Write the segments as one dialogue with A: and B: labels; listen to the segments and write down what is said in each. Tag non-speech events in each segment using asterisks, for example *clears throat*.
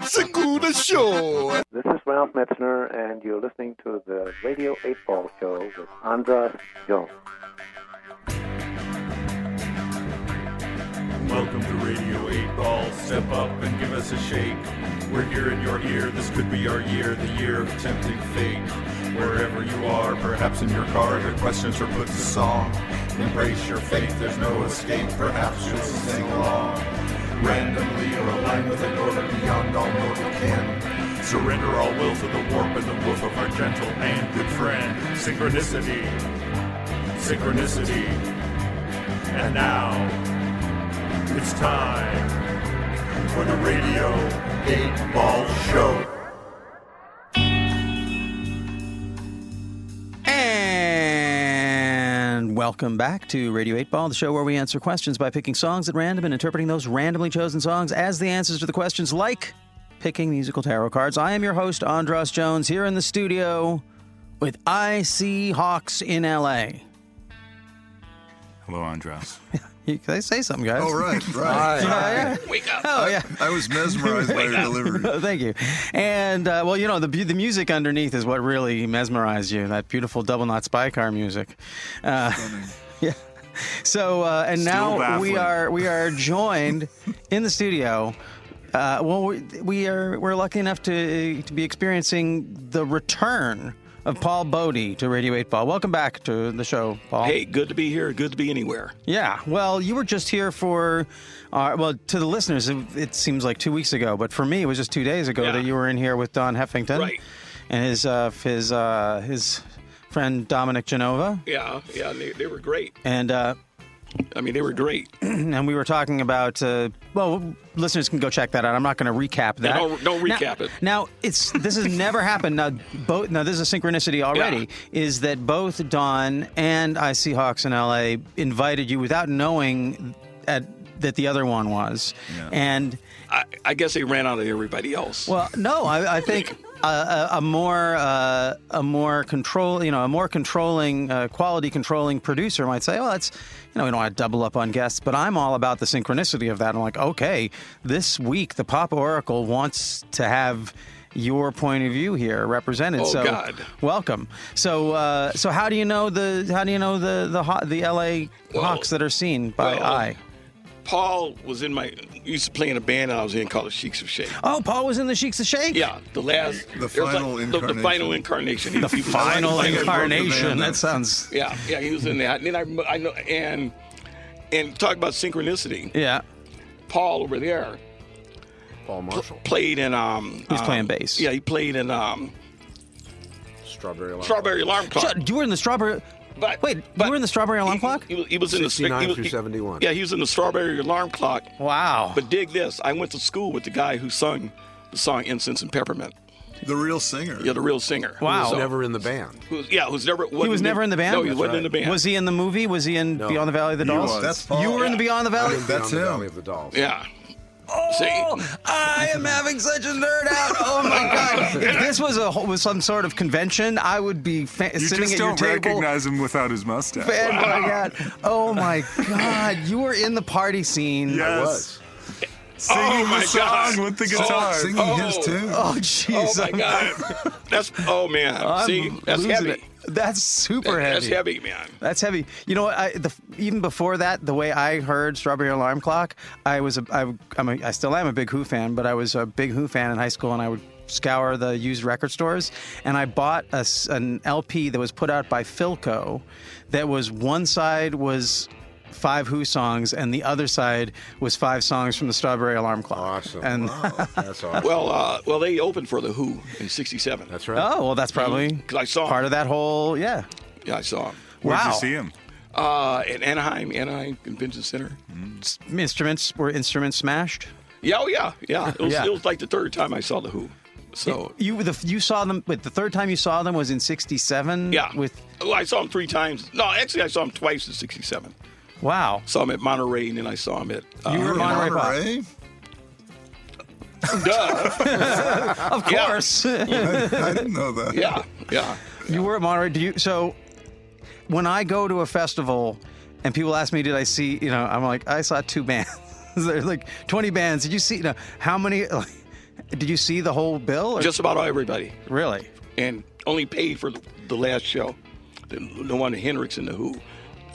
A: Segura Show.
B: This is Ralph Metzner, and you're listening to the Radio 8 Ball Show with Andras Jones.
C: Welcome to Radio 8 Ball. Step up and give us a shake. We're here in your ear. This could be our year, the year of tempting fate. Wherever you are, perhaps in your car, your questions are put to song. Embrace your fate. There's no escape. Perhaps you'll sing along. Randomly or aligned with an order beyond all mortal ken. Surrender all will to the warp and the woof of our gentle and good friend. Synchronicity. Synchronicity. And now. It's time for the Radio 8 Ball Show.
D: And welcome back to Radio 8 Ball, the show where we answer questions by picking songs at random and interpreting those randomly chosen songs as the answers to the questions, like picking musical tarot cards. I am your host, Andros Jones, here in the studio with IC Hawks in LA.
E: Hello, Andras.
D: You- Can I say something, guys? *laughs*
F: *laughs*
E: Oh, right, right.
D: Oh, yeah.
E: I was mesmerized by your
D: *laughs*
E: delivery.
D: Oh, Thank you. And uh, well, you know, the bu- the music underneath is what really mesmerized you. That beautiful double knot spy car music. Uh, *laughs* yeah. So uh, and
E: Still
D: now we
E: baffling.
D: are we are joined in the studio. Uh, well, we, we are we're lucky enough to to be experiencing the return of Paul Bodie to Radio Eight Ball. Welcome back to the show, Paul.
G: Hey, good to be here. Good to be anywhere.
D: Yeah. Well, you were just here for, uh, well, to the listeners, it, it seems like two weeks ago, but for me, it was just two days ago
G: Yeah.
D: that you were in here with Don Heffington
G: Right.
D: and his uh, his uh, his friend Dominic Genova,
G: Yeah, yeah, they, they were great.
D: and uh,
G: I mean, they were great.
D: *clears throat* and we were talking about. Uh, well, listeners can go check that out. I'm not going to recap that.
G: don't- don't
D: Now-
G: recap it.
D: Now it's this has never
G: *laughs*
D: happened. Now both. Now this is a synchronicity already. Is that both Don and IC Hawks in LA invited you without knowing at, that the other one was, and
G: I, I guess they ran out of everybody else.
D: well, no, I, I think. A, a, a more uh, a more control you know a more controlling uh, quality controlling producer might say well that's you know we don't want to double up on guests but I'm all about the synchronicity of that I'm like okay this week the Pop Oracle wants to have your point of view here represented
G: Oh,
D: so
G: God.
D: welcome so uh, so how do you know the how do you know the the ho- the LA
G: Well,
D: Hawks that are seen by
G: well-
D: eye
G: Paul was in my, used to play in a band I was in called the Sheiks of Shake.
D: oh Paul was in the Sheiks of Shake
G: Yeah, the last,
E: The
G: there was
E: final
G: the- The,
E: incarnation.
G: final incarnation.
D: the
G: He was-
D: final
G: I like-
D: incarnation
E: band.
D: that sounds
G: Yeah, yeah, he was in that. And then I, I know, and and talk about synchronicity.
D: yeah.
G: Paul over there
F: Paul Marshall,
G: played in um.
D: He's
G: um,
D: playing bass.
G: Yeah, he played in um.
F: Strawberry Alarm.
G: Strawberry Alarm Clock.
D: Shut- you were in the strawberry.
G: But
D: Wait, you were in the strawberry alarm
G: he-
D: clock?
G: He, was- he was in the
F: 69
G: he was-
F: through
G: he-
F: 71.
G: Yeah, he was in the strawberry alarm clock.
D: Wow.
G: But dig this: I went to school with the guy who sung the song "Incense and Peppermint."
E: The real singer.
G: Yeah, the real singer.
F: He
D: Wow.
G: So-
F: was never in the band.
G: who's- yeah, who's never.
D: he was never in the band.
G: No, he wasn't in the band.
D: Was he in the movie? Was he in
F: No.
D: Beyond the Valley of the Dolls?
E: was. That's Paul.
D: You were in the Beyond the
G: *laughs*
D: Valley. Oh,
F: Beyond
E: That's
F: the
E: him.
F: Valley of the Dolls.
G: Yeah. See,
D: I am having such a nerd
G: *laughs*
D: out. Oh my god! If this was a whole- was some sort of convention, I would be fa-
E: You
D: sitting
E: just
D: at your
E: don't
D: table. *laughs*
E: recognize him without his mustache.
D: fanboying out. Oh my god! You were in the party
F: I
D: scene.
E: Yes.
F: was.
E: Singing
G: Oh,
E: the
G: my
E: song
G: God.
E: with the
G: Oh,
E: guitar.
G: singing his Oh. tune.
D: Oh jeez!
G: oh my God, that's oh man.
D: *laughs* I'm
G: See, that's
D: losing
G: heavy.
D: it. That's super heavy.
G: That's heavy, man.
D: That's heavy. You know, what, I, the, even before that, the way I heard "Strawberry Alarm Clock," I was a, I, I'm a, I still am a big Who fan, but I was a big Who fan in high school, and I would scour the used record stores, and I bought a s an LP that was put out by Philco, that was one side was five Who songs, and the other side was five songs from the Strawberry Alarm Clock.
F: Awesome.
D: And
F: wow. That's awesome.
G: Well, uh, well, they opened for the Who in '67.
F: That's right.
D: *laughs* oh well, that's probably
G: 'Cause I saw
D: part
G: him.
D: of that whole yeah.
G: Yeah, I saw him.
E: Where'd
D: wow.
E: you see him?
G: Uh, in Anaheim, Anaheim Convention Center.
D: Instruments were instruments smashed.
G: Yeah, oh yeah, yeah. It was,
D: Yeah.
G: It was like the third time I saw the Who. So
D: You the, you saw them, but the third time you saw them was in '67.
G: yeah,
D: With
G: well, I saw him three times. No, actually, I saw him twice in '67.
D: wow.
G: Saw him at Monterey, and then I saw him at uh,
D: You were in Monterey Pop.
G: Duh.
D: Of
G: Yeah.
D: course, *laughs*
E: I, I didn't know that.
G: *laughs* yeah, yeah.
D: you were at Monterey. Do you? So when I go to a festival and people ask me, "Did I see?" *laughs* You know, I'm like, I saw two bands. There's like 20 bands. Did you see? You know, how many? *laughs* Like, Did you see the whole bill? or-
G: Just about everybody,
D: really.
G: and only paid for the last show. The, the one Hendrix and the Who.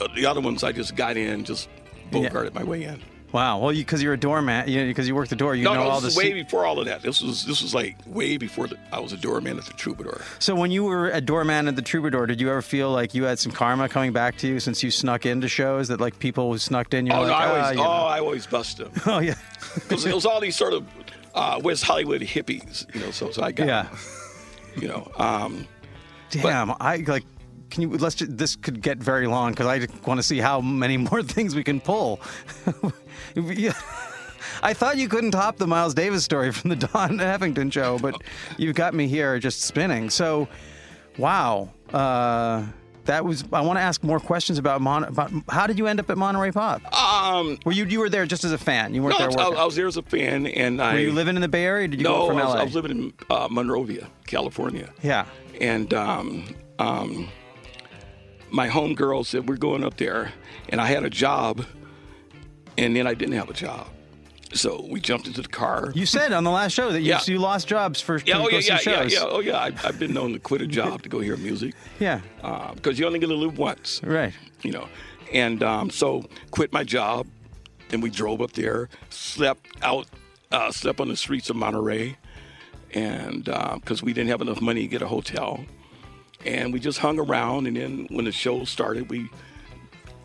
G: Uh, The other ones I just got in, just bogarted my way in.
D: Wow. Well, because you, are a doormat, you because you work the door, you
G: No,
D: know
G: no,
D: all
G: this
D: the.
G: is way
D: se-
G: before all of that. This was this was like way before the, I was a doorman at the Troubadour.
D: So when you were a doorman at the Troubadour, did you ever feel like you had some karma coming back to you since you snuck into shows that like people who snuck in? You're
G: Oh,
D: like,
G: no, I
D: "Ah,
G: always,
D: you
G: oh,
D: know." *laughs*
G: I always bust them
D: oh yeah,
G: because it was all these sort of uh, West Hollywood hippies, you know. So, so I got,
D: yeah.
G: you know, um,
D: Damn, I like. Can you let's? Just, this could get very long because I want to see how many *laughs* more things we can pull. *laughs* Yeah. I thought you couldn't top the Miles Davis story from the *laughs* Don Effington show, but you've got me here just spinning. So, wow, uh, that was. I want to ask more questions about Mon. About how did you end up at Monterey Pop?
G: um,
D: Were you you were there just as a fan? You
G: no,
D: weren't
G: I,
D: there working.
G: I was there as a fan, and I
D: were you living in the Bay Area? Or did you
G: no,
D: go from
G: I was,
D: LA?
G: I was living in uh, Monrovia, California.
D: yeah.
G: and um, um, my homegirl said we're going up there, and I had a job, and then I didn't have a job, so we jumped into the car.
D: You said on the last show that you,
G: Yeah.
D: you lost jobs for
G: yeah,
D: to
G: oh
D: go
G: yeah,
D: see
G: yeah, yeah,
D: shows.
G: yeah, oh yeah. I, I've been known to quit a job to go hear music
D: yeah.
G: because you only get to live once,
D: Right.
G: you know. And um, so quit my job, and we drove up there, slept out, uh, slept on the streets of Monterey, and because we didn't have enough money to get a hotel, and we just hung around. And then when the show started, we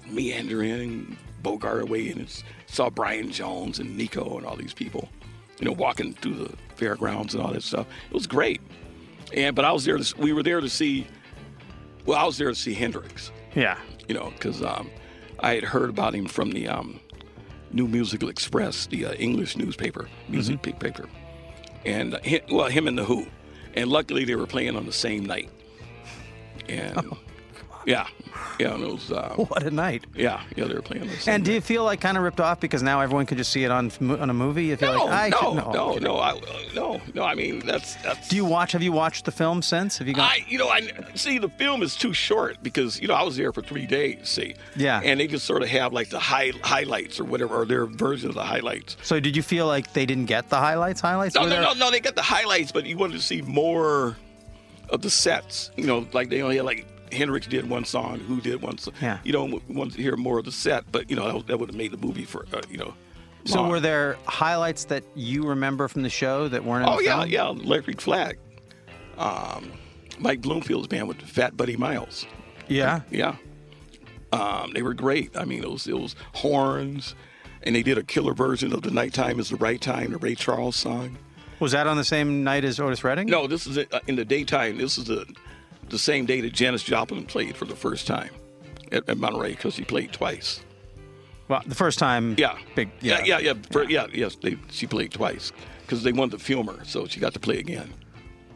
G: meander in and bogart away, and it's, saw Brian Jones and Nico and all these people, you know, walking through the fairgrounds and all that stuff. It was great. And but I was there. To, we were there to see. Well, I was there to see Hendrix
D: Yeah.
G: you know, because um, I had heard about him from the um, New Musical Express, the uh, English newspaper, music
D: Mm-hmm.
G: paper, and uh, hi well, him and the Who, and luckily they were playing on the same night,
D: Oh,
G: and yeah, yeah, and it was uh,
D: *laughs* What a night.
G: yeah, yeah, they were playing on the same.
D: Oh. And do you feel like kind of ripped off because now everyone can just see it on on a movie? You feel
G: night. no,
D: like I
G: no,
D: should
G: no, no, no, I, uh, no, no, I mean that's that's.
D: Do you watch? Have you watched the film since? Have you gone?
G: I, you know, I see the film is too short because you know I was there for three days. See,
D: Yeah.
G: and they just sort of have like the high highlights or whatever, or their version of the highlights.
D: so did you feel like they didn't get the highlights? Highlights?
G: No,
D: Were
G: no,
D: there-
G: no, no. They got the highlights, but you wanted to see more of the sets. You know, like they only had like Hendrix did one song, who did one song.
D: Yeah.
G: You don't want to hear more of the set, but you know that, that would have made the movie for uh, you know.
D: So
G: long.
D: were there highlights that you remember from the show that weren't? In
G: Oh
D: the
G: yeah,
D: film?
G: yeah. Electric Flag. Um, Mike Bloomfield's band with Fat Buddy Miles.
D: yeah.
G: Yeah. Um, they were great. I mean, it was, it was horns, and they did a killer version of The Nighttime is the Right Time, the Ray Charles song.
D: Was that on the same night as Otis Redding?
G: No, this is uh, in the daytime. This is the, the same day that Janis Joplin played for the first time at, at Monterey because she played twice.
D: Well, the first time.
G: Yeah.
D: Big.
G: Yeah, yeah, yeah. For- yeah, yes, they, she played twice because they wanted to film her, so she got to play again.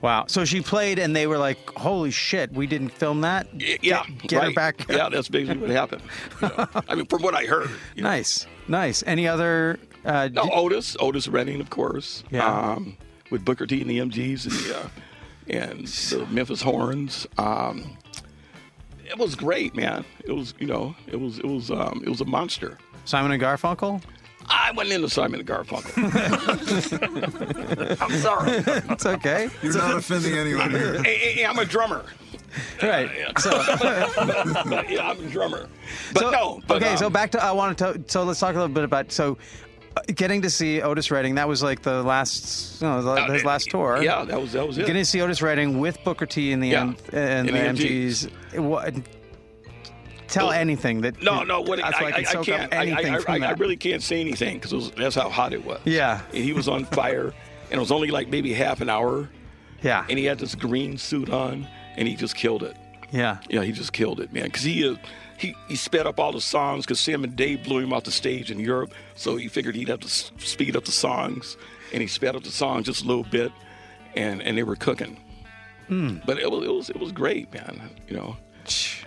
D: Wow. So she played, and they were like, "Holy shit, we didn't film that."
G: Y- Yeah.
D: Get- get her
G: right.
D: back.
G: Yeah, that's basically
D: *laughs*
G: what happened. you know. I mean, from what I heard. you know.
D: Nice, nice. Any other? Uh,
G: No,
D: d-
G: Otis, Otis Redding, of course.
D: Yeah.
G: Um, with Booker T and the MGs and the, uh, and the Memphis Horns. Um, it was great, man. It was, you know, it was, it was, um, it was a monster.
D: Simon and Garfunkel.
G: I wasn't into Simon
D: *laughs*
G: and Garfunkel. I'm sorry.
D: It's
G: *laughs*
D: okay.
E: You're not offending
F: *laughs*
E: anyone here.
G: Hey, hey, hey, I'm a drummer.
D: right.
G: Yeah.
D: So.
G: But, yeah, I'm a drummer. But
D: So-
G: no. But,
D: okay,
G: um,
D: so back to I want to. So let's talk a little bit about so uh, getting to see Otis Redding. That was like the last, you know, the- his last tour.
G: Uh, Yeah, that was that was it.
D: Getting to see Otis Redding with Booker T and the
G: Yeah.
D: M- and,
G: And
D: the
G: the
D: MGs. It wa- Tell
G: Well,
D: anything that
G: No, no. What
D: that's
G: I,
D: why I,
G: I,
D: can
G: I
D: soak
G: can't.
D: up anything
G: I, I,
D: from
G: I,
D: that.
G: I really can't say anything because that's how hot it was.
D: Yeah.
G: And he was on fire, and it was only like maybe half an hour,
D: yeah,
G: and he had this green suit on, and he just killed it.
D: yeah.
G: Yeah, he just killed it, man. Because he uh, he he sped up all the songs because Sam and Dave blew him off the stage in Europe, so he figured he'd have to s- speed up the songs, and he sped up the songs just a little bit, and and they were cooking. But it was, it was it was great, man. You know.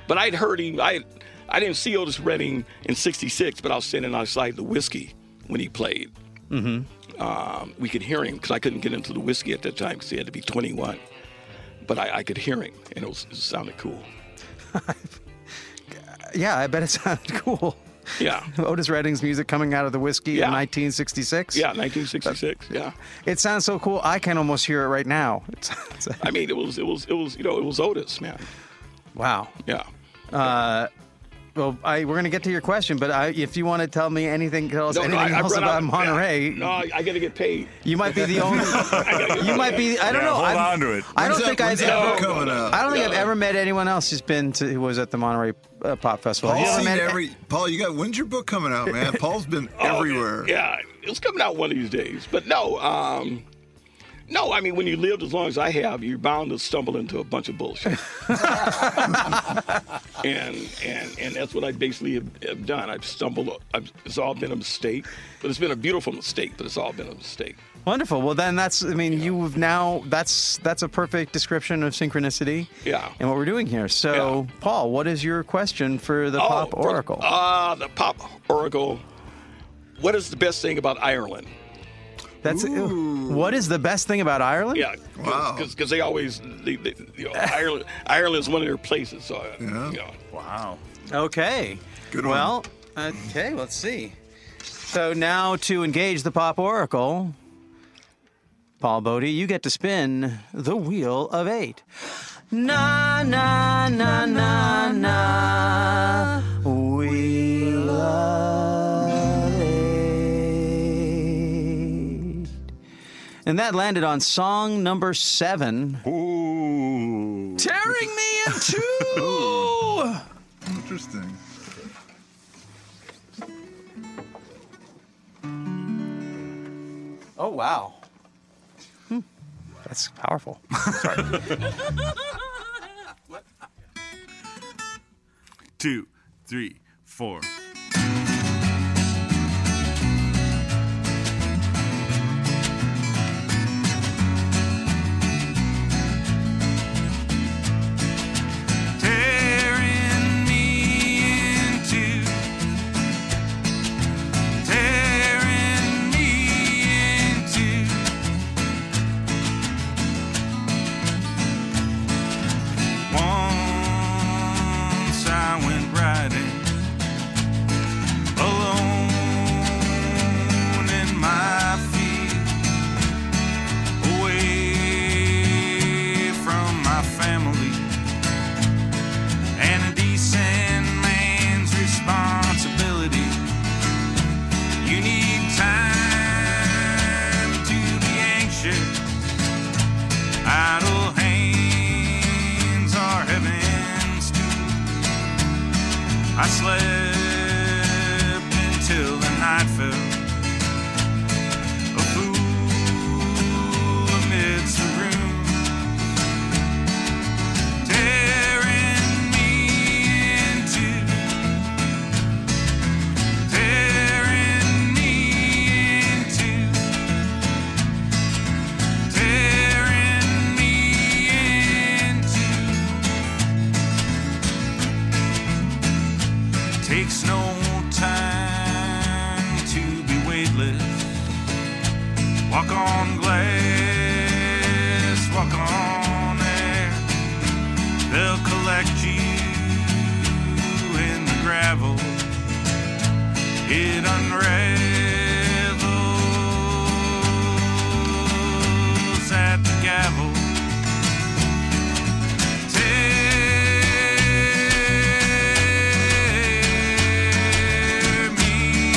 G: But I'd heard him. I I didn't see Otis Redding in '66, but I was standing outside the whiskey when he played. Um, we could hear him because I couldn't get into the whiskey at that time because he had to be 21. But I, I could hear him, and it, was, it sounded cool.
D: Yeah, I bet it *laughs* sounded cool.
G: Yeah.
D: Otis Redding's music coming out of the whiskey
G: Yeah.
D: in 1966.
G: Yeah, 1966. Yeah.
D: It sounds so cool. I can almost hear it right now. It's, it's
G: I mean, it was, it was, it was, you know, it was Otis, man.
D: wow.
G: Yeah.
D: Well, I, we're going to get to your question, but I, if you want to tell me anything, tell us
G: No, no,
D: anything
G: I- I've
D: else
G: run
D: about
G: out of-
D: Monterey,
G: No, I, I got to get paid.
D: you might be the only. *laughs* you might be. I don't
C: Yeah,
D: know.
C: hold
D: I'm-
C: on to it.
D: I don't
E: When's
D: think
E: that,
D: I've
E: when's that
D: ever.
E: book coming up?
D: I don't think I've ever met anyone else who's been to who was at the Monterey uh, Pop Festival. Have
E: Paul's
D: you ever
E: seen
D: met
E: every. Paul, you got. When's your book coming out,
F: *laughs*
E: man? Paul's been everywhere.
G: Oh, Yeah, it's coming out one of these days. But no, um, no. I mean, when you lived as long as I have, you're bound to stumble into a bunch of bullshit. and and and that's what I basically have, have done. I've stumbled. I've, it's all been a mistake, but it's been a beautiful mistake. But it's all been a mistake.
D: Wonderful. Well, then that's. I mean, you've now. That's that's a perfect description of synchronicity.
G: Yeah.
D: And what we're doing here. So, Paul, what is your question for the Pop
G: Oh, for-
D: Oracle?
G: Ah, the pop oracle. What is the best thing about Ireland?
D: that's what is the best thing about Ireland?
G: Yeah,
E: Wow.
G: because they always they, they,
D: *laughs*
G: you know, Ireland Ireland's one of their places. So uh,
E: Yeah.
G: you know.
C: Wow.
D: Okay.
E: Good one.
D: well, okay, let's see. So now to engage the Pop Oracle, Paul Bodie, you get to spin the wheel of eight. Na na na na na wheel of eight. And that landed on song number seven.
C: Ooh.
D: Tearing me in
E: *laughs*
D: two! *laughs*
E: Interesting.
D: Oh wow. That's powerful.
C: Two, three, four.
H: tearing me in two, tearing me in two. Once I went riding alone in my field, away from my family and a decent man's responsibility. You need time to be anxious. Idle hands are heaven's too. I slept until the night fell. A fool amidst the room tearing me in two, tearing me in two, tearing me in two. Takes no time to be weightless. Walk on glass, walk on air. They'll collect you in the gravel. It unravels at the gavel. Tear me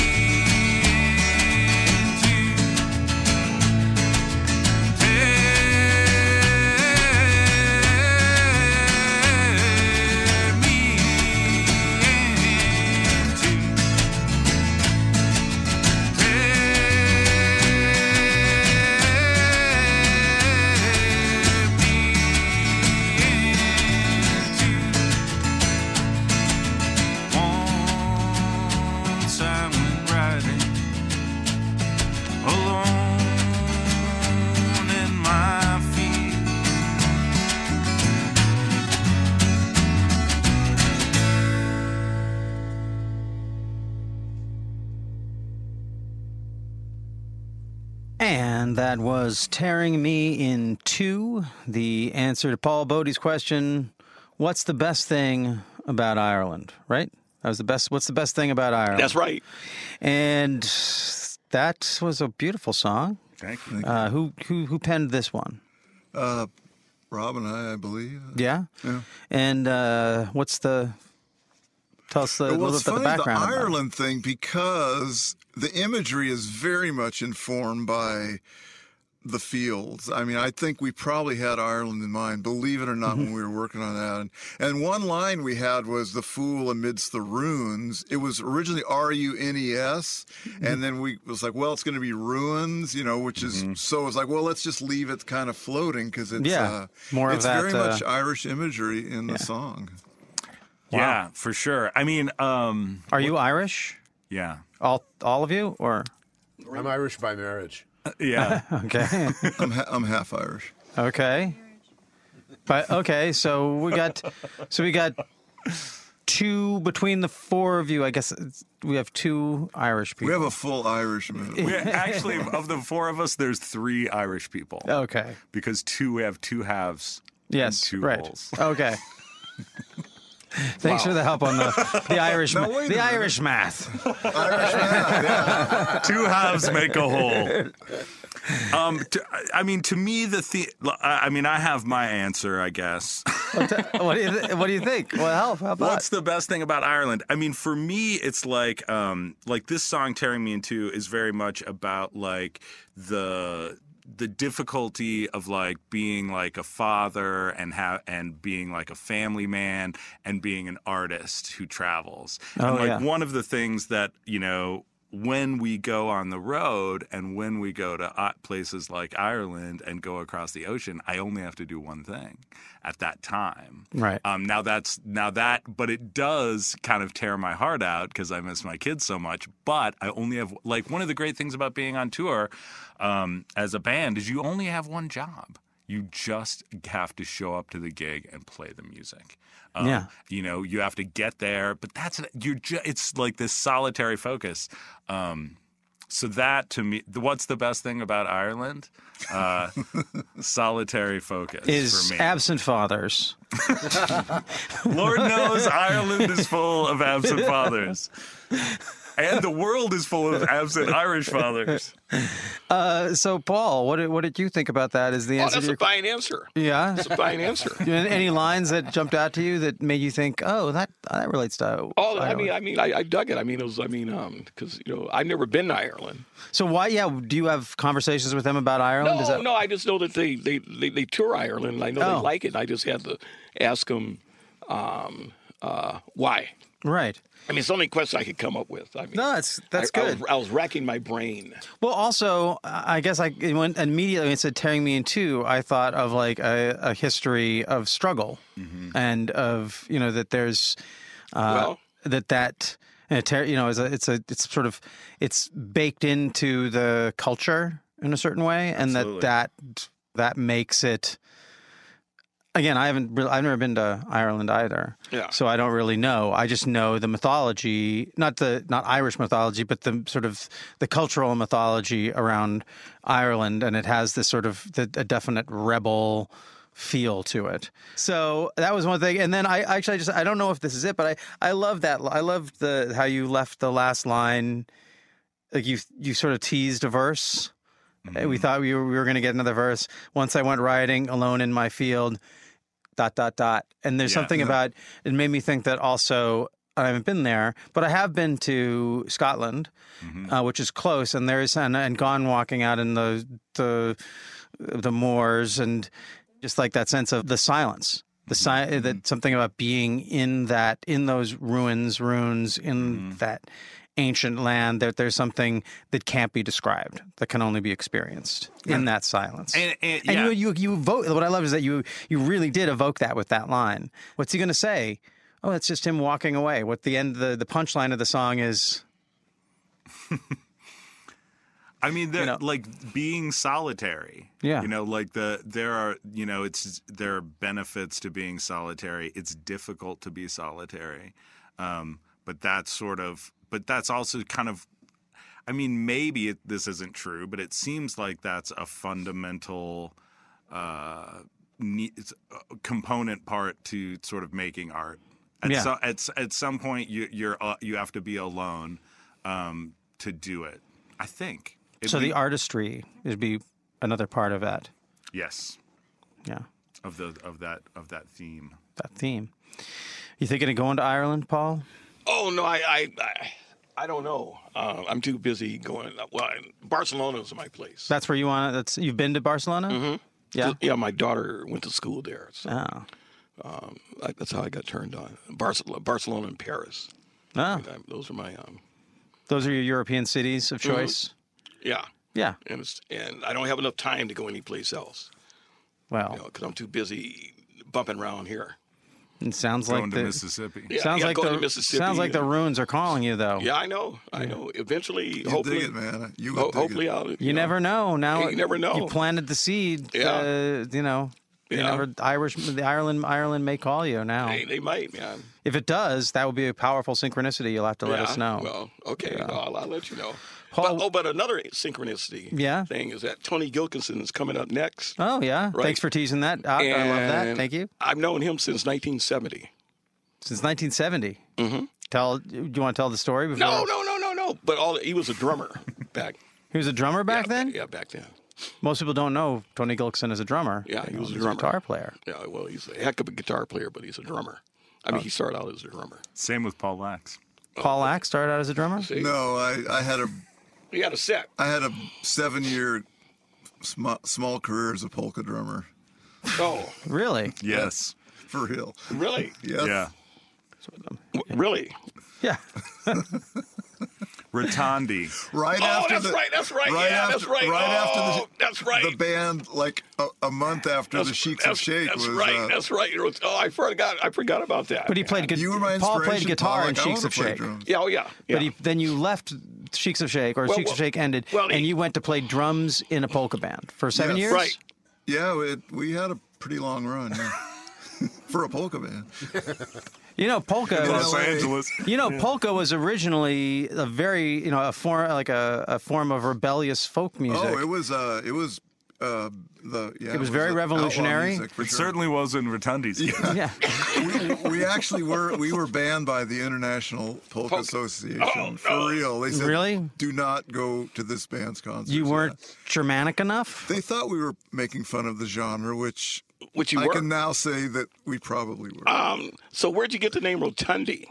H: in two. Tear me in two. Tear me in two. Once I went riding alone in my field.
D: And that was tearing me in two. The answer to Paul Bodie's question: What's the best thing about Ireland? Right? That was the best. What's the best thing about Ireland?
G: That's right.
D: And that was a beautiful song.
H: Thank you.
D: Uh, who who who penned this one?
E: Uh, Rob and I, I believe.
D: Yeah.
E: Yeah.
D: And uh, what's the? Tell us a
E: well,
D: little
E: it's
D: bit the
E: funny
D: background. about it.
E: Ireland thing because the imagery is very much informed by the fields. I mean, I think we probably had Ireland in mind, believe it or not,
D: Mm-hmm.
E: when we were working on that. And, and one line we had was "the fool amidst the ruins." It was originally R U N E S,
D: Mm-hmm.
E: and then we was like, "Well, it's going to be ruins," you know, which is so it's like, "Well, let's just leave it kind of floating because it's
D: Mm-hmm. Yeah,
E: uh,
D: more of
E: it's
D: that,
E: very
D: uh,
E: much Irish imagery in the song."
H: Yeah, for sure. I mean, um,
D: Are you Irish?
H: yeah,
D: All all of you, or
F: I'm Irish by marriage.
H: yeah.
D: okay,
E: I'm ha- I'm half Irish.
D: okay, but okay. So we got, so we got two between the four of you. I guess it's- we have two Irish people.
E: We have a full Irish movie.
H: We- actually, of the four of us, there's three Irish people
D: okay.
H: because two we have two halves.
D: Yes.
H: two
D: right.
H: holes. *laughs*
D: Okay. Thanks for the help on the the Irish ma-
E: wait a
D: the
E: minute.
D: Irish math.
H: two halves make
G: *laughs*
H: a whole. Um, to, I mean, to me, the, the I I mean, I have my answer, I guess.
D: What do you th- what do you think? Well, help help
H: What's
D: us.
H: the best thing about Ireland? I mean, for me, it's like um, like this song "Tearing Me in Two is very much about like the the difficulty of like being like a father and ha- and being like a family man and being an artist who travels.
D: Oh,
H: and like
D: yeah.
H: one of the things that you know when we go on the road and when we go to uh, places like Ireland and go across the ocean, I only have to do one thing at that time.
D: Right.
H: Um, now that's now that, but it does kind of tear my heart out because I miss my kids so much. But I only have like one of the great things about being on tour um, as a band is you only have one job. You just have to show up to the gig and play the music. Um,
D: Yeah.
H: You know, you have to get there, but that's you're. Ju- it's like this solitary focus. Um, so that to me, the- what's the best thing about Ireland?
D: *laughs*
H: Uh, solitary focus
D: Is
H: for
D: *laughs*
H: me.
D: absent fathers.
H: Lord knows Ireland is full of
D: *laughs*
H: absent fathers. And the world is full of absent Irish fathers.
D: Uh, so Paul, what did, what did you think about that? Is the
G: Oh,
D: answer?
G: that's
D: to your...
G: a fine answer.
D: yeah.
G: That's a fine
D: *laughs*
G: answer.
D: Any lines that jumped out to you that made you think, oh, that that relates to?
G: Oh, I
D: Ireland.
G: mean, I mean, I, I dug it. I mean, it was, I mean, um, because you know, I've never been to Ireland.
D: So why? Yeah, do you have conversations with them about Ireland?
G: uh, No,
D: Is that...
G: no, I just know that they they, they, they tour Ireland. I know
D: Oh.
G: they like it. I just had to ask them, um, uh, why.
D: Right.
G: I mean, so many questions I could come up with. I mean,
D: No, that's that's
G: I, I
D: good.
G: was, I was racking my brain.
D: Well, also, I I guess I it went immediately when it said tearing me in two. I thought of like a, a history of struggle and of you know that there's uh,
G: Well-
D: that that and a tear, you know is a, it's a it's sort of it's baked into the culture in a certain way, and
H: Absolutely.
D: that that that makes it. Again, I haven't. Really, I've never been to Ireland either,
G: Yeah.
D: so I don't really know. I just know the mythology, not the not Irish mythology, but the sort of the cultural mythology around Ireland, and it has this sort of the, a definite rebel feel to it. So that was one thing. And then I actually I just I don't know if this is it, but I I love that. I love the how you left the last line, like you you sort of teased a verse.
H: Mm-hmm.
D: Uh, We thought we were, we were going to get another verse. Once I went riding alone in my field, dot, dot, dot. And there's
H: Yeah.
D: something about it made me think that also I haven't been there, but I have been to Scotland,
H: Mm-hmm.
D: uh, which is close, and there's and, and gone walking out in the the the moors and just like that sense of the silence. The si-
H: Mm-hmm.
D: that something about being in that in those ruins, ruins in
H: Mm-hmm.
D: that ancient land that there's something that can't be described that can only be experienced in that silence
H: And- and- yeah.
D: you, you you evoke what i love is that you you really did evoke that with that line what's he going to say oh that's just him walking away what the end the, the punchline of the song is
H: I mean, they're
D: You know.
H: like being solitary.
D: Yeah.
H: You know, like the there are you know it's there are benefits to being solitary. It's difficult to be solitary, um, but that's sort of but that's also kind of. I mean, maybe it, this isn't true, but it seems like that's a fundamental uh, ne- it's a component part to sort of making art At,
D: Yeah.
H: so, at, s- at some point, you, you're uh, you have to be alone um, to do it. I think. At
D: So
H: lea-
D: the artistry would be another part of that.
H: yes
D: Yeah,
H: of the of that of that theme.
D: that theme. You thinking of going to Ireland, Paul?
G: Oh no, I I I, I don't know. Uh, I'm too busy going. Well, Barcelona is my place.
D: That's where you want to. That's you've been to Barcelona. Mm-hmm. Yeah.
G: yeah. My daughter went to school there, so
D: Oh.
G: I, that's how I got turned on. Barcelona, Barcelona, and Paris.
D: Oh.
G: I, those are my um.
D: Those are your European cities of
G: Mm-hmm.
D: choice.
G: Yeah,
D: Yeah.
G: and it's, and I don't have enough time to go anyplace else.
D: Well,
G: You know, because I'm too busy bumping around here.
D: it sounds
H: Going
D: like
H: to
D: the
H: Mississippi.
G: Yeah,
D: sounds
G: yeah,
D: like
G: going
D: the
G: to Mississippi.
D: sounds like the runes are calling you though.
G: Yeah, I know. I know. Eventually,
E: You
G: hopefully,
E: dig it, man. You
G: ho-
E: would dig
G: hopefully,
E: it.
G: I'll.
D: You never know. Now
G: You never know.
D: You planted the seed.
G: Yeah.
D: uh, you know. You
G: Yeah.
D: never Irish the Ireland Ireland may call you now.
G: They, they might, man.
D: If it does, that would be a powerful synchronicity. You'll have to let
G: yeah.
D: us know.
G: Well, okay. Well, I'll, I'll let you know.
D: Paul-
G: but, oh, but another synchronicity
D: Yeah.
G: thing is that Tony Gilkinson is coming up next.
D: oh yeah.
G: Right.
D: Thanks for teasing that. out. I love that.
G: And
D: Thank you.
G: I've known him since 1970.
D: Since 1970. Mm-hmm. Tell do you want to tell the story before?
G: No, no, no, no, no. But all he was a drummer *laughs* back
D: He was a drummer back
G: yeah,
D: then.
G: Yeah, back then.
D: Most people don't know Tony Gilkson is a drummer.
G: Yeah,
D: They
G: he
D: know
G: was a
D: him as
G: drummer.
D: guitar player.
G: Yeah, well, he's a heck of a guitar player, but he's a drummer. I
D: Oh.
G: mean, he started out as a drummer.
H: Same with Paul Lax.
D: Paul Ack started out as a drummer.
G: See,
E: No, I, I had a
G: he had a set.
E: I had a seven year sm- small career as a polka drummer
G: Oh,
D: Really?
H: Yes.
E: for real. *laughs*
G: really?
E: Yes.
H: Yeah.
G: Really?
D: Yeah.
H: Rotondi.
E: Right
G: Oh,
E: after
G: that's
E: the,
G: right, that's right, yeah,
E: after,
G: that's right.
E: after
G: Oh,
E: the,
G: that's right.
E: The band, like a, a month after the Sheiks of
G: that's,
E: Shake
G: that's
E: was.
G: right.
E: uh,
G: that's right. It was- Oh, I forgot. I forgot about that.
D: But he played good.
E: you were my
D: Paul played
E: inspiration,
D: guitar
E: Paul.
D: in
E: Like, I
D: Sheiks
E: wanna
D: of
E: play
D: Shake.
E: drums.
G: Yeah. Oh, yeah. yeah.
D: But he, then you left Sheiks of Shake or
G: Well,
D: Sheiks
G: well,
D: of Shake ended,
G: well,
D: and
G: he-
D: you went to play drums in a polka band for seven
E: Yes.
D: years.
G: right.
E: Yeah, it, we had a pretty long run yeah. *laughs* for a polka band.
D: You know polka.
E: Yeah.
D: was-
H: Los
E: LA.
H: Angeles.
D: you know polka was originally a very you know a form like a, a form of rebellious folk music.
E: Oh, it was. Uh, it was. Uh, the yeah.
D: It was very
E: outlaw
D: revolutionary.
E: music, for
H: It
E: sure.
H: certainly was in Rotundi's. case.
D: *laughs* yeah.
E: we, we actually were we were banned by the International Polka, Association
G: Oh,
E: for
G: no.
E: real. They said,
D: Really?
E: do not go to this band's concert."
D: You weren't Germanic enough.
E: They thought we were making fun of the genre, which
G: Which you
E: I
G: were.
E: can now say that we probably were.
G: Um, so where'd you get the name Rotundi?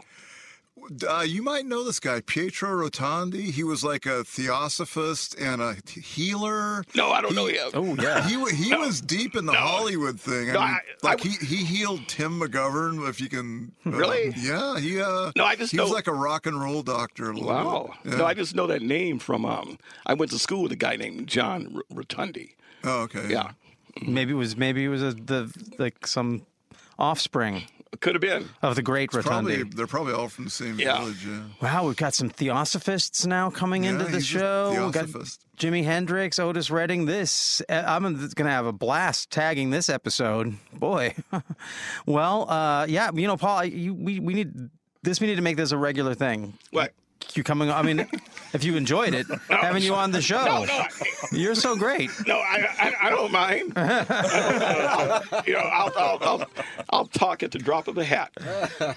E: Uh, you might know this guy, Pietro Rotondi. He was like a theosophist and a healer.
G: No, I don't know yet.
E: *laughs*
D: Oh yeah.
E: He wa- he was deep in the Hollywood thing. I
G: No,
E: mean,
G: I-
E: like
G: I-
E: he, he healed Tim McGovern, if you can. uh,
G: Really?
E: yeah, he. Uh,
G: No, I just
E: he was
G: know-
E: like a rock and roll doctor. A little
G: Wow.
E: bit. Yeah.
G: No, I just know that name from. Um, I went to school with a guy named John R- Rotundi.
E: Oh, okay.
G: Yeah,
D: Maybe it was maybe it was a, the like some offspring
G: could have been.
D: of the great Rotundi.
E: Probably they're probably all from the same
G: Yeah.
E: village. Yeah.
D: Wow, we've got some theosophists now coming
E: Yeah,
D: into the
E: he's a
D: show. We've got
E: theosophist.
D: Jimi Hendrix, Otis Redding. This uh, I'm going to have a blast tagging this episode. Boy, *laughs* well, uh, yeah, you know, Paul, I- you, we we need this. We need to make this a regular thing.
G: What?
D: You coming?
E: *laughs*
D: I mean, if you enjoyed it, having you on the show,
G: No, no, I-
D: you're so great.
G: no. I, I, I
D: *laughs*
G: don't mind. I don't mind. I'll- you know, I'll, I'll, I'll, I'll talk at the drop of a hat.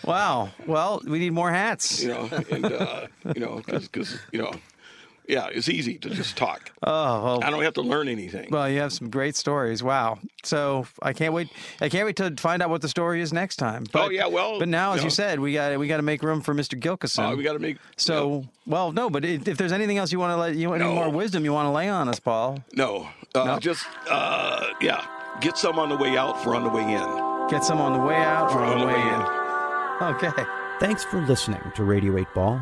D: Wow. Well, we need more hats.
G: You know, and uh, you know, because you know, yeah, it's easy to just talk.
D: Oh, well,
G: I don't have to learn anything.
D: Well, you have some great stories. Wow! So I can't wait. I can't wait to find out what the story is next time. But,
G: Oh, yeah, well,
D: but now, as
G: you
D: you
G: know.
D: said, we got we got to make room for Mr. Gilkison.
G: Uh, we got to make
D: so well, no. But if if there's anything else you want to let you any
G: No.
D: more wisdom you want to lay on us, Paul,
G: no, uh,
D: No.
G: just uh, yeah, get some on the way out for on the way in.
D: get some on the way out or
G: For
D: on the way in. Okay.
I: Thanks for listening to Radio 8 Ball.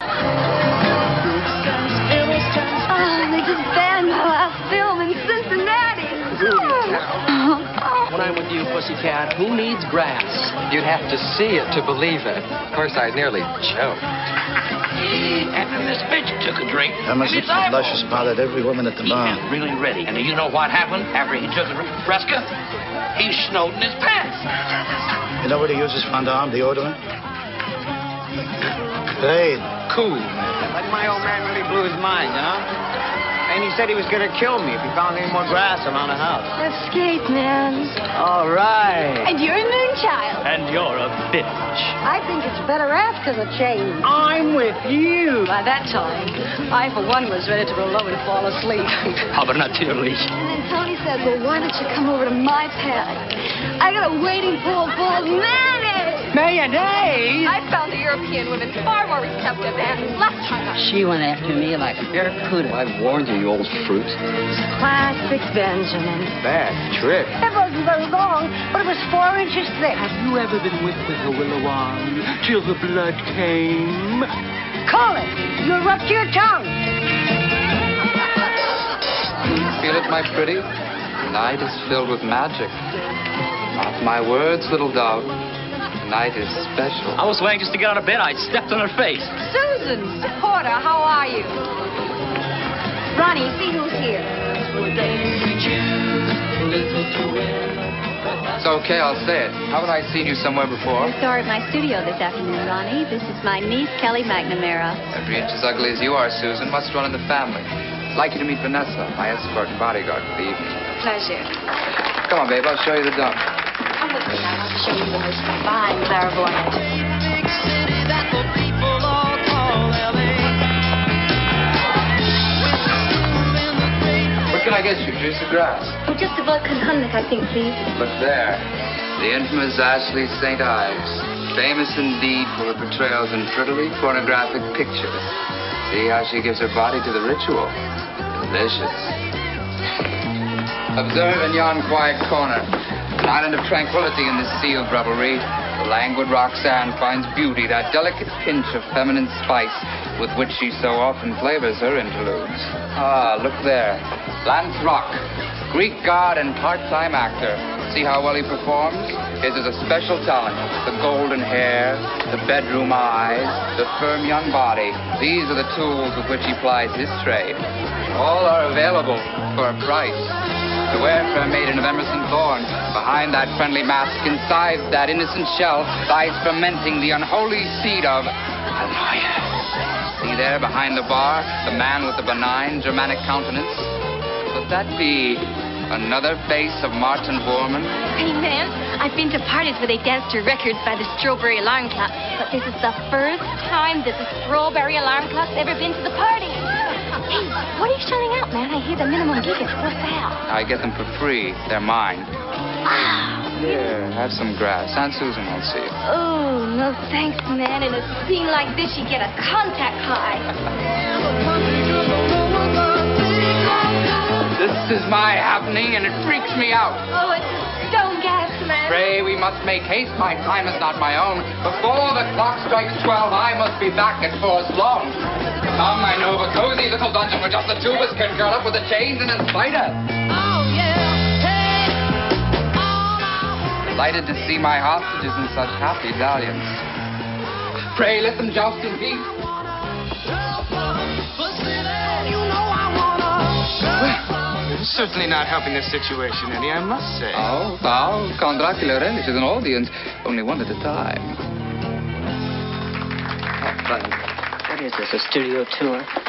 J: Oh, they just banned my last film in Cincinnati.
I: When I'm with you, pussycat, who needs grass?
H: You'd have to see it to believe it. Of course, I nearly choked.
I: And then this bitch took a drink.
K: How much
I: And
K: it's
I: his eyeball-
K: luscious bothered every woman at the bar.
I: Really ready. And do you know what happened after he took a fresca? He snowed in his pants.
K: You know what he uses for underarm deodorant? Blade. Cool.
D: Like my old man really blew his mind, huh? And he said he was gonna kill me if he found any more grass around the house.
J: Escape, man.
D: All right.
J: And you're a moonchild.
D: And you're a bitch.
J: I think it's better after the change. I'm with you. By that time, I, for one, was ready to roll over and fall asleep.
I: Aber natürlich.
J: and then Tony said, Well, why don't you come over to my pad? I got a waiting pool full of mayonnaise.
L: Mayonnaise?
J: I found the European women far more receptive than last time.
L: She went after me like a barracuda.
H: I warned you, you old fruit.
J: Classic Benjamin.
H: Bad trick.
J: It wasn't very long, but it was four inches thick.
I: Have you ever been with the gorilla wand till the blood came?
J: Call it. You'll rupture your tongue.
H: Feel it, my pretty? Night is filled with magic. Mark my words, little dog. Night is special.
I: I was so anxious to get out of bed, I stepped on her face.
J: Susan Porter, how are you? Ronnie, see who's here.
H: It's okay, I'll say it. Haven't I seen you somewhere before?
M: Sorry, at my studio this afternoon, Ronnie. This is my niece, Kelly McNamara.
H: Every inch as ugly as you are, Susan. Must run in the family. Like you to meet Vanessa, my escort and bodyguard for the evening.
M: Pleasure.
H: Come on, babe, I'll show you the dump.
M: Come with me now. I'll show you the most fine clairvoyant.
H: What can I get you? Juice of grass.
J: Oh, just a vodka and cognac, I think, please.
H: Look there. The infamous Ashley St. Ives. Famous indeed for her portrayals in prettily pornographic pictures. See how she gives her body to the ritual. Delicious. Observe in yon quiet corner, an island of tranquility in this sea of revelry. The languid Roxanne finds beauty, that delicate pinch of feminine spice with which she so often flavors her interludes. Ah, look there. Lance Rock, Greek god and part-time actor. See how well he performs? His is a special talent. The golden hair, the bedroom eyes, the firm young body. These are the tools with which he plies his trade. All are available for a price. The wayfarer maiden of Emerson Thorne, behind that friendly mask, inside that innocent shell, lies fermenting the unholy seed of Annoyance. See there behind the bar, the man with the benign Germanic countenance? Could that be another face of Martin Bormann?
M: Hey, ma'am, I've been to parties where they danced to records by the Strawberry Alarm Clock, but this is the first time that the Strawberry Alarm Clock's ever been to the party. Hey, what are you shouting out, man? I hear the minimum gig is for sale.
H: I get them for free. They're mine. Here, have some grass. Aunt Susan won't see it.
M: Oh, no thanks, man. In a scene like this, you get a contact high.
H: This is my happening, and it freaks me out.
M: Oh, it's a stone gas, man.
H: Pray we must make haste. My time is not my own. Before the clock strikes twelve, I must be back at Forest Lawn. Come, I know of a cozy little dungeon where just the two of us can curl up with a chains and a spider.
M: Oh,
H: Delighted to see my hostages in such happy dalliance. Pray let them joust in peace.
N: Certainly not helping this situation any, I must say.
H: Oh, now, Count Dracula relishes an audience, only one at a time.
N: What is this, a studio tour?